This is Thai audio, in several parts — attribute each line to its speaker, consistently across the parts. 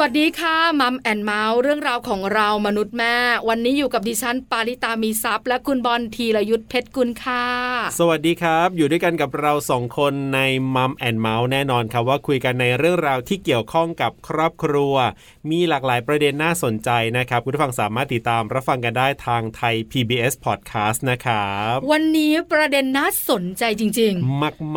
Speaker 1: สวัสดีค่ะมัมแอนเมาส์เรื่องราวของเรามนุษย์แม่ วันนี้อยู่กับดิฉันปาริตามีซัพย์และคุณบอลธีรยุทธเพชรกุลค่ะ
Speaker 2: สวัสดีครับ อยู่ด้วยกันกับเราสองคนในมัมแอนเมาส์แน่นอนครับว่าคุยกันในเรื่องราวที่เกี่ยวข้องกับครอบครัว มีหลากหลายประเด็นน่าสนใจนะครับ คุณผู้ฟังสามารถติดตามรับฟังกันได้ทางไทย PBS Podcast นะครับ
Speaker 1: วันนี้ประเด็นน่าสนใจจริง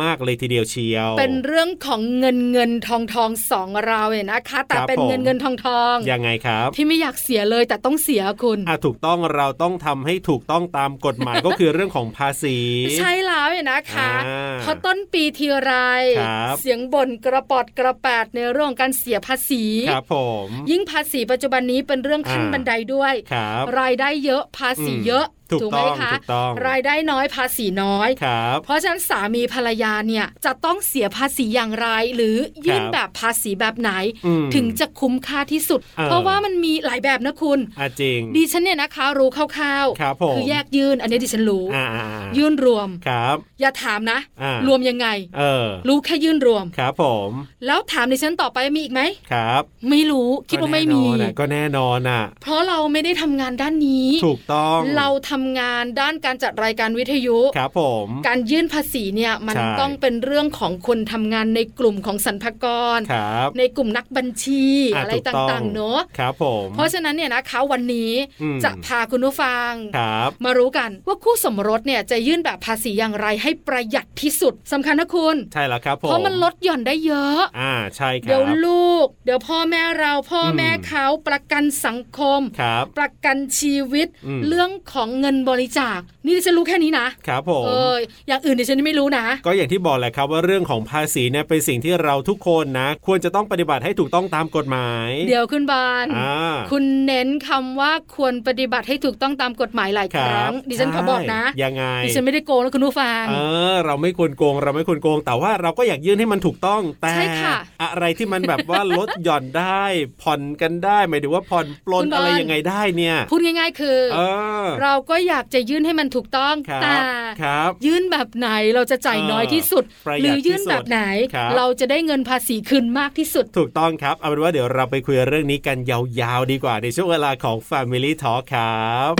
Speaker 2: มาก ๆ เลยทีเดียวเชียว
Speaker 1: ๆ เป็นเรื่องของเงินเงินทองทองสองเราเนี่ยนะคะ แต่
Speaker 2: ครับ
Speaker 1: เป็น
Speaker 2: ผม
Speaker 1: เงินเงินทองทอง
Speaker 2: ยังไงครับ
Speaker 1: ที่ไม่อยากเสียเลยแต่ต้องเสียคุณ
Speaker 2: อ่ะถูกต้องเราต้องทำให้ถูกต้องตามกฎหมาย ก็คือเรื่องของภาษี
Speaker 1: ใช่แล้วเนี่ยนะคะ
Speaker 2: อ่า
Speaker 1: พอต้นปีทีไร
Speaker 2: ครับ
Speaker 1: เสียงบ่นกระปอดกระแปดในเรื่องการเสียภาษี
Speaker 2: ครับผม
Speaker 1: ยิ่งภาษีปัจจุบันนี้เป็นเรื่องขั้น
Speaker 2: อ่า
Speaker 1: บันไดด้วย
Speaker 2: ครับ
Speaker 1: รายได้เยอะภาษีเยอะ
Speaker 2: อืมถูก
Speaker 1: ไหม
Speaker 2: ต้อง
Speaker 1: คะ
Speaker 2: ถูกต้อง
Speaker 1: รายได้น้อยภาษีน้อย
Speaker 2: ครับ
Speaker 1: เพราะฉะนั้นสามีภรรยาเนี่ยจะต้องเสียภาษีอย่างไร หรือยื่น
Speaker 2: ครับ
Speaker 1: แบบภาษีแบบไหน
Speaker 2: อืม
Speaker 1: ถึงจะคุ้มค่าที่สุด
Speaker 2: เออ
Speaker 1: เพราะว่ามันมีหลายแบบนะคุณ
Speaker 2: อ่ะจริง
Speaker 1: ดิฉันเนี่ยนะคะ รู้คร่าว
Speaker 2: ครับผม
Speaker 1: คือแยกยื่นอันนี้ดิฉันรู้
Speaker 2: อ่าๆๆ
Speaker 1: ยื่นรวม
Speaker 2: ครับ
Speaker 1: อย่าถามนะ
Speaker 2: อ่าร ร
Speaker 1: วมยังไง
Speaker 2: เออ
Speaker 1: รู้แค่ยื่นรวม
Speaker 2: ครับผม
Speaker 1: แล้วถามดิฉันต่อไปมีอีกไหม
Speaker 2: ครับ
Speaker 1: ไม่รู้คิดว่าไม่มี
Speaker 2: ก็แน่นอนน่ะก็แน่นอนอ่ะ
Speaker 1: เพราะเราไม่ได้ทำงานด้านนี้
Speaker 2: ถูกต้อง
Speaker 1: เราทำงานด้านการจัดรายการวิทยุ
Speaker 2: ครับผม
Speaker 1: การยื่นภาษีเนี่ยมัน
Speaker 2: ใช่
Speaker 1: ต้องเป็นเรื่องของคนทำงานในกลุ่มของสรรพากร
Speaker 2: ครับ
Speaker 1: ในกลุ่มนักบัญชี
Speaker 2: อ่ะ
Speaker 1: อะไร
Speaker 2: ถูกต้อง
Speaker 1: ต่างๆเนอะ
Speaker 2: ครับผม
Speaker 1: เพราะฉะนั้นเนี่ยนะคะวันนี้
Speaker 2: อืม
Speaker 1: จะพาคุณผู้ฟัง
Speaker 2: ครับ
Speaker 1: มารู้กันว่าคู่สมรสเนี่ยจะยื่นแบบภาษีอย่างไรให้ประหยัดที่สุดสำคัญนะคุณ
Speaker 2: ใช่แล้วครับผม
Speaker 1: เพราะมันลดหย่อนได้เยอะ
Speaker 2: อ่าใช่ครับ
Speaker 1: เดี๋ยวลูก เดี๋ยวพ่อแม่เราพ่ออ
Speaker 2: ม
Speaker 1: แม่เขาประกันสังคม
Speaker 2: ครับ
Speaker 1: ประกันชีวิต
Speaker 2: อืม
Speaker 1: เรื่องของเงินบริจาค นี่ดิฉันรู้แค่นี้นะครับ
Speaker 2: ผม
Speaker 1: เอออย่างอื่นดิฉันไม่รู้นะ
Speaker 2: ก็อย่างที่บอกแหละครับว่าเรื่องของภาษีเนี่ยเป็นสิ่งที่เราทุกคนนะ ควรจะต้องปฏิบัติให้ถูกต้องตามกฎหมาย
Speaker 1: เดี๋ยวคุณบาล
Speaker 2: อ่า
Speaker 1: คุณเน้นคำว่าควรปฏิบัติให้ถูกต้องตามกฎหมายหลายครั้ง
Speaker 2: ครับ
Speaker 1: ดิฉันขอบอกนะ
Speaker 2: ใช่ยังไง
Speaker 1: ดิฉันไม่ได้โกงแล้วคุณผู้ฟัง
Speaker 2: เออเราไม่ควรโกง เราไม่ควรโกง แต่ว่าเราก็อยากยื่นให้มันถูกต้องแต่
Speaker 1: ใช่ค่ะ
Speaker 2: อะไรที่มันแบบว่า ลดหย่อนได้ ผ่อนกันได้หมายถึงว่าผ่อนปลน
Speaker 1: คุณบอล
Speaker 2: อะไรยังไงได้เนี่ย
Speaker 1: พูดง่ายๆ คือ
Speaker 2: เออ
Speaker 1: เราก็อยากจะยื่นให้มันถูกต้อง
Speaker 2: ครั
Speaker 1: แต่
Speaker 2: บครับ
Speaker 1: ยื่นแบบไหนเราจะจ่าย
Speaker 2: เออ
Speaker 1: น้อยที่สุด
Speaker 2: ประหยัด
Speaker 1: หรือยื่น
Speaker 2: ที่สุด
Speaker 1: แบบไหน
Speaker 2: ครับ
Speaker 1: เราจะได้เงินภาษีคืนมากที่สุด
Speaker 2: ถูกต้องครับเอาเป็นว่าเดี๋ยวเราไปคุยเรื่องนี้กันยาวๆดีกว่าในช่วงเวลาของ Family Talk ครับ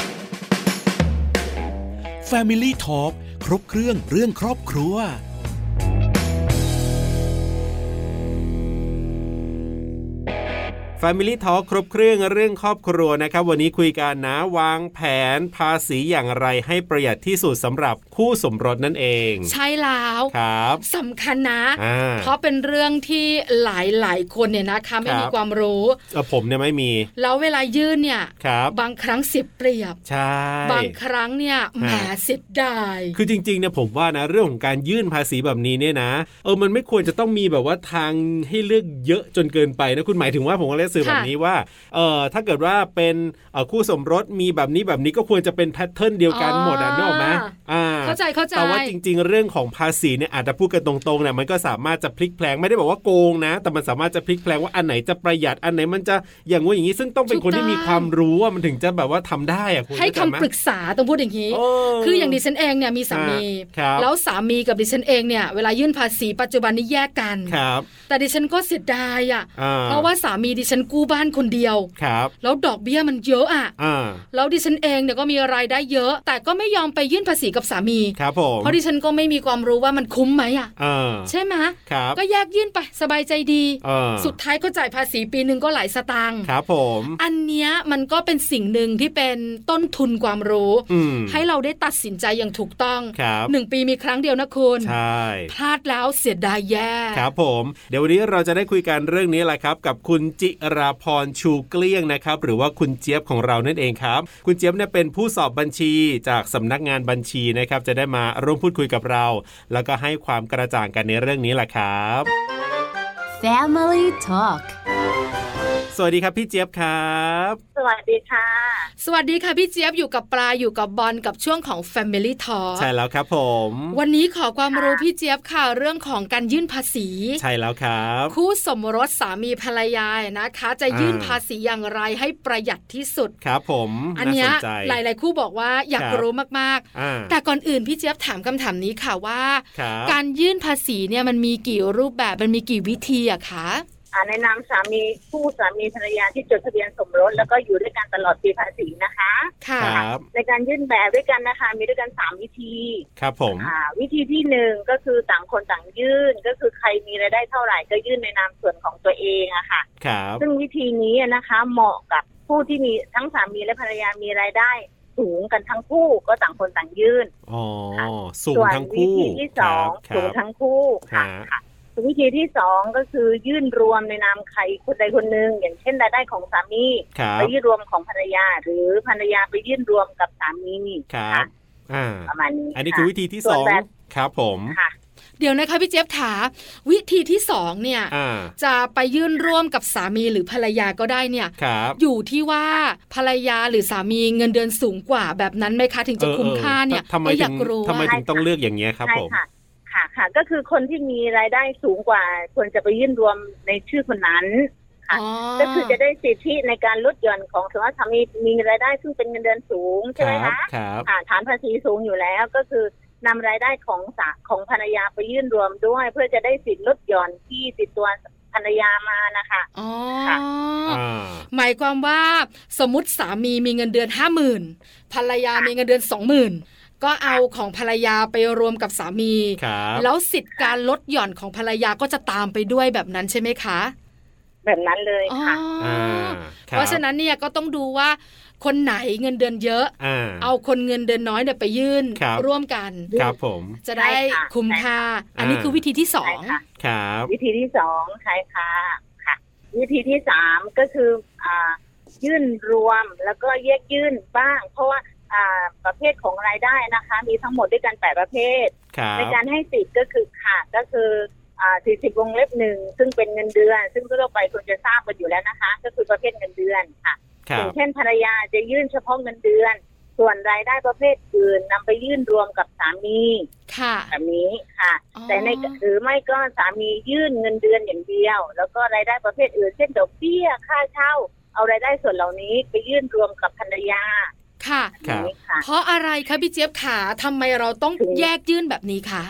Speaker 3: Family Talk ครบเครื่องเรื่องครอบครัว
Speaker 2: Family Talk ครบเครื่องเรื่องครอบครัวนะครับ วันนี้คุยกันนะวางแผนภาษีอย่างไรให้ประหยัดที่สุดสำหรับคู่สมรสนั่นเอง
Speaker 1: ใช่แล้ว
Speaker 2: ครับ
Speaker 1: สำคัญนะ
Speaker 2: อ่า
Speaker 1: เพราะเป็นเรื่องที่หลายหลายๆคนเนี่ยนะคะไม่มี
Speaker 2: ครับ
Speaker 1: ความรู้
Speaker 2: เออผมเนี่ยไม่มี
Speaker 1: แล้วเวลายื่นเนี่ย
Speaker 2: ครับ
Speaker 1: บางครั้งเสียเปรียบ
Speaker 2: ใช่
Speaker 1: บางครั้งเนี่ยแหมเสียดาย
Speaker 2: คือจริงๆเนี่ยผมว่านะเรื่องของการยื่นภาษีแบบนี้เนี่ยนะ เออมันไม่ควรจะต้องมีแบบว่าทางให้เลือกเยอะจนเกินไปนะคุณหมายถึงว่าผมก็เลยสื่อแบบนี้ว่าเออถ้าเกิดว่าเป็นเอ่อคู่สมรสมีแบบนี้แบบนี้ก็ควรจะเป็นแพทเทิร์นเดียวกันหมดอ่ะนึกออกไหมอ่า
Speaker 1: เข้าใจเข้าใจ
Speaker 2: แต่ว่าจริงๆ เรื่องของภาษีเนี่ยอาจจะพูดกันตรงๆเนี่ยมันก็สามารถจะพลิกแพลงไม่ได้บอกว่าโกงนะ แต่มันสามารถจะพลิกแพลงว่าอันไหนจะประหยัดอันไหนมันจะอย่างงู้นอย่างนี้ซึ่งต้องเป็นคน
Speaker 1: ถูกต้อง
Speaker 2: ที่มีความรู้ว่ามันถึงจะแบบว่าทำได้อะคุณ
Speaker 1: ให้คำ
Speaker 2: เข้าจไม
Speaker 1: ปรึกษาต้องพูดอย่างนี้
Speaker 2: โ
Speaker 1: คืออย่างดิฉันเองเนี่ยมีสามี
Speaker 2: ครับ
Speaker 1: แล้วสามีกับดิฉันเองเนี่ยเวลายื่นภาษีปัจจุบันนี้แยกกัน
Speaker 2: ครับ
Speaker 1: แต่ดิฉันก็เสียดายอ่ะ
Speaker 2: อ่
Speaker 1: เพราะว่าสามีดิฉันกู้บ้านคนเดียว
Speaker 2: ครับ
Speaker 1: แล้วดอกเบี้ยมันเยอะอ่ะ
Speaker 2: อ่า
Speaker 1: แล้วดิฉันเองเนี่ยก็มีรายได้เยอะ แต่ก็ไม่ยอมไปยื่นภาษีกับสามี
Speaker 2: ครับผม
Speaker 1: เพราะดิฉันก็ไม่มีความรู้ว่ามันคุ้มไหมอ่ะ
Speaker 2: อ่า
Speaker 1: ใช่ไหมะ
Speaker 2: ครับ
Speaker 1: ก็แยกยื่นไปสบายใจดี
Speaker 2: อ่า
Speaker 1: สุดท้ายก็จ่ายภาษีปีหนึ่งก็หลายสตางค์
Speaker 2: ครับผม
Speaker 1: อันเนี้ยมันก็เป็นสิ่งหนึ่งที่เป็นต้นทุนความรู้
Speaker 2: อืม
Speaker 1: ให้เราได้ตัดสินใจอย่างถูกต้อง
Speaker 2: ครับ
Speaker 1: หนึ่งปีมีครั้งเดียวนะคุณ
Speaker 2: ใช่
Speaker 1: พลาดแล้วเสียดายแย่
Speaker 2: ครับผมเดี๋ยววันนี้เราจะได้คุยกันเรื่องนี้แหละครับ กับคุณจิราพรชูเกลี้ยงนะครับ หรือว่าคุณเจี๊ยบของเรานั่นเองครับ คุณเจี๊ยบเนี่ยเป็นผู้สอบบัญชีจากสำนักงานบัญชีนะครับ จะได้มาร่วมพูดคุยกับเรา แล้วก็ให้ความกระจ่างกันในเรื่องนี้แหละครับ
Speaker 4: Family Talk
Speaker 2: สวัสดีครับพี่เจี๊ยบครับ
Speaker 5: สวัสดีค่ะ
Speaker 1: สวัสดีค่ะพี่เจี๊ยบอยู่กับปลาอยู่กับบอลกับช่วงของ Family Talk
Speaker 2: ใช่แล้วครับผม
Speaker 1: วันนี้ขอความรู้พี่เจี๊ยบค่ะเรื่องของการยื่นภาษี
Speaker 2: ใช่แล้วครับ
Speaker 1: คู่สมรสสามีภรรยานะคะ จะยื่น
Speaker 2: อ่า
Speaker 1: ภาษีอย่างไรให้ประหยัดที่สุด
Speaker 2: ครับผม
Speaker 1: อันเนี้ย
Speaker 2: าสใจ
Speaker 1: หลาย ๆ คู่บอกว่าอยาก
Speaker 2: ครับ
Speaker 1: รู้มาก
Speaker 2: อ่า
Speaker 1: ๆ แต่ก่อนอื่นพี่เจี๊ยบถามคำถามนี้ค่ะว่า
Speaker 2: ครับ
Speaker 1: การยื่นภาษีเนี่ยมันมีกี่รูปแบบมันมีกี่วิธีอะคะ
Speaker 5: อ่าในนามสามีคู่สามีภรรยาที่จดทะเบียนสมรสแล้วก็อยู่ด้วยกันตลอดปีภาษีนะคะ
Speaker 1: ค่ะ
Speaker 2: ครับ
Speaker 5: ในการยื่นแบบด้วยกันนะคะ มีด้วยกันสามวิธี
Speaker 2: ครับผม
Speaker 5: อ่าวิธีที่หนึ่งก็คือต่างคนต่างยื่น ก็คือใครมีรายได้เท่าไหร่ก็ยื่นในนามส่วนของตัวเองอะค่ะ
Speaker 2: ครับ
Speaker 5: ซึ่งวิธีนี้อะนะคะ เหมาะกับผู้ที่มีทั้งสามีและภรรยามีรายได้สูงกันทั้งคู่ก็ต่างคนต่างยื่น
Speaker 2: อ๋อสูง
Speaker 5: ส่วน
Speaker 2: ทั้ง
Speaker 5: วิ
Speaker 2: คู่
Speaker 5: ธีที่สอง
Speaker 2: ค
Speaker 5: สู
Speaker 2: รั
Speaker 5: ง
Speaker 2: บครับ
Speaker 5: ทั้งคู่ค่ะ
Speaker 2: ฮะ
Speaker 5: ค่ะส่วนวิธีที่สองก็คือยื่นรวมในนามใครคนใดคนหนึ่งอย่างเช่นรายได้ของสามี
Speaker 2: ครับ
Speaker 5: ไปยื่นรวมของภรรยา หรือภรรยาไปยื่นรวมกับสามี
Speaker 2: ครับ
Speaker 5: ค่ะ
Speaker 2: อ่า
Speaker 5: ประมาณนี้
Speaker 2: อันนี้
Speaker 5: ะ
Speaker 2: คือวิธีที่ส
Speaker 5: ส่วน
Speaker 2: อง
Speaker 5: แบบ
Speaker 2: ครับผม
Speaker 5: ค่ะ
Speaker 1: เดี๋ยวนะคะพี่เจี๊ยบถาวิธีที่สองเนี่ย
Speaker 2: อ่า
Speaker 1: จะไปยื่นร่วมกับสามีหรือภรรยาก็ได้เนี่ย
Speaker 2: ครับ
Speaker 1: อยู่ที่ว่าภรรยาหรือสามีเงินเดือนสูงกว่าแบบนั้นไหมคะถึงจะ
Speaker 2: เออ
Speaker 1: คุ้ม
Speaker 2: ออ
Speaker 1: ค่าเนี่ย
Speaker 2: ทำไม
Speaker 1: ก็อ
Speaker 2: ถึ
Speaker 1: ยาง กรู้
Speaker 2: ทำไม
Speaker 1: ว่า
Speaker 2: ถึงต้องเลือกอย่างเงี้ยครับ
Speaker 5: ใช่
Speaker 2: ผม
Speaker 5: ค่ะ ค่ะค่ะ ก็คือคนที่มีรายได้สูงกว่าควรจะไปยื่นรวมในชื่อคนนั้น ค่ะ
Speaker 1: อ๋อ
Speaker 5: ก็คือจะได้สิทธิในการลดหย่อนของสมมติว่าสามีมีรายได้ซึ่งเป็นเงินเดือนสูง
Speaker 2: ค
Speaker 5: ใช่ไหม
Speaker 2: รับ
Speaker 5: คะ
Speaker 2: ครับ
Speaker 5: อ่าฐานภาษีสูงอยู่แล้วก็คือนำรายได้ของสาของภรรยาไปยื่นรวมด้วย เพื่อจะได้สิทธิ์ลดหย่อนที่ติดตัวภรรยามานะคะ
Speaker 1: อ๋อ
Speaker 5: ค่ะ
Speaker 2: อ่า
Speaker 1: หมายความว่าสมมติสามีมีเงินเดือนห้าหมื่นภรรยามีเงินเดือนสองหมื่นก็เอาของภรรยาไปรวมกับสามี
Speaker 2: ครับ
Speaker 1: แล้วสิทธิ์การลดหย่อนของภรรยาก็จะตามไปด้วยแบบนั้นใช่ไหมคะ
Speaker 5: แบบนั้นเลย
Speaker 1: อ๋อ
Speaker 5: ค่ะ
Speaker 1: อ
Speaker 2: อ่าคบ
Speaker 1: เพราะฉะนั้นเนี่ยก็ต้องดูว่าคนไหนเงินเดือนเยอะ
Speaker 2: อ่า
Speaker 1: เอาคนเงินเดือนน้อยเนี่ยไปยื่น
Speaker 2: ครับ
Speaker 1: ร่วมกัน
Speaker 2: ครับผม
Speaker 1: จะได้
Speaker 5: ใช่ค่ะ
Speaker 1: คุ้ม
Speaker 5: ใช่
Speaker 1: ค่า
Speaker 5: ค่ะ
Speaker 1: อันนี้
Speaker 2: อ่า
Speaker 1: คือวิธีที่สอ
Speaker 5: ใช่
Speaker 1: ง
Speaker 5: ค่ะ
Speaker 2: ครับ
Speaker 5: วิธีที่สองใช่ค่ะค่ะ วิธีที่สามก็คืออ่ายื่นรวมแล้วก็แยกยื่นบ้าง เพราะว่าอ่าประเภทของรายได้นะคะ มีทั้งหมดด้วยกันแปดประเภท
Speaker 2: ครับ
Speaker 5: ในการให้สิทธิ์ก็คือขาดก็คืออ่า40 วงเล็บหนึ่งซึ่งเป็นเงินเดือน ซึ่งทั่วไปควรจะทราบกันอยู่แล้วนะคะ ก็คือประเภทเงินเดือนค่ะ
Speaker 2: ค
Speaker 5: อ
Speaker 2: รั
Speaker 5: ย่า
Speaker 2: บ
Speaker 5: งเช่นภรรยาจะยื่นเฉพาะเงินเดือน ส่วนรายได้ประเภทอื่นนำไปยื่นรวมกับสามี
Speaker 1: ค่ะ
Speaker 5: แบบนี้ค่ะ
Speaker 1: อ๋อ
Speaker 5: แต่ในหรือไม่ก็สามียื่นเงินเดือนอย่างเดียว แล้วก็รายได้ประเภทอื่น เช่นดอกเบี้ยค่าเช่า เอารายได้ส่วนเหล่านี้ไปยื่นรวมกับภรรยา
Speaker 1: ค่ะ
Speaker 2: ครับ
Speaker 5: นี้ค่ะ
Speaker 1: เพราะอะไรคะพี่เจี๊ยบขาทำไมเราต้อง
Speaker 5: คือ
Speaker 1: แยกยื่นแบบนี้คะ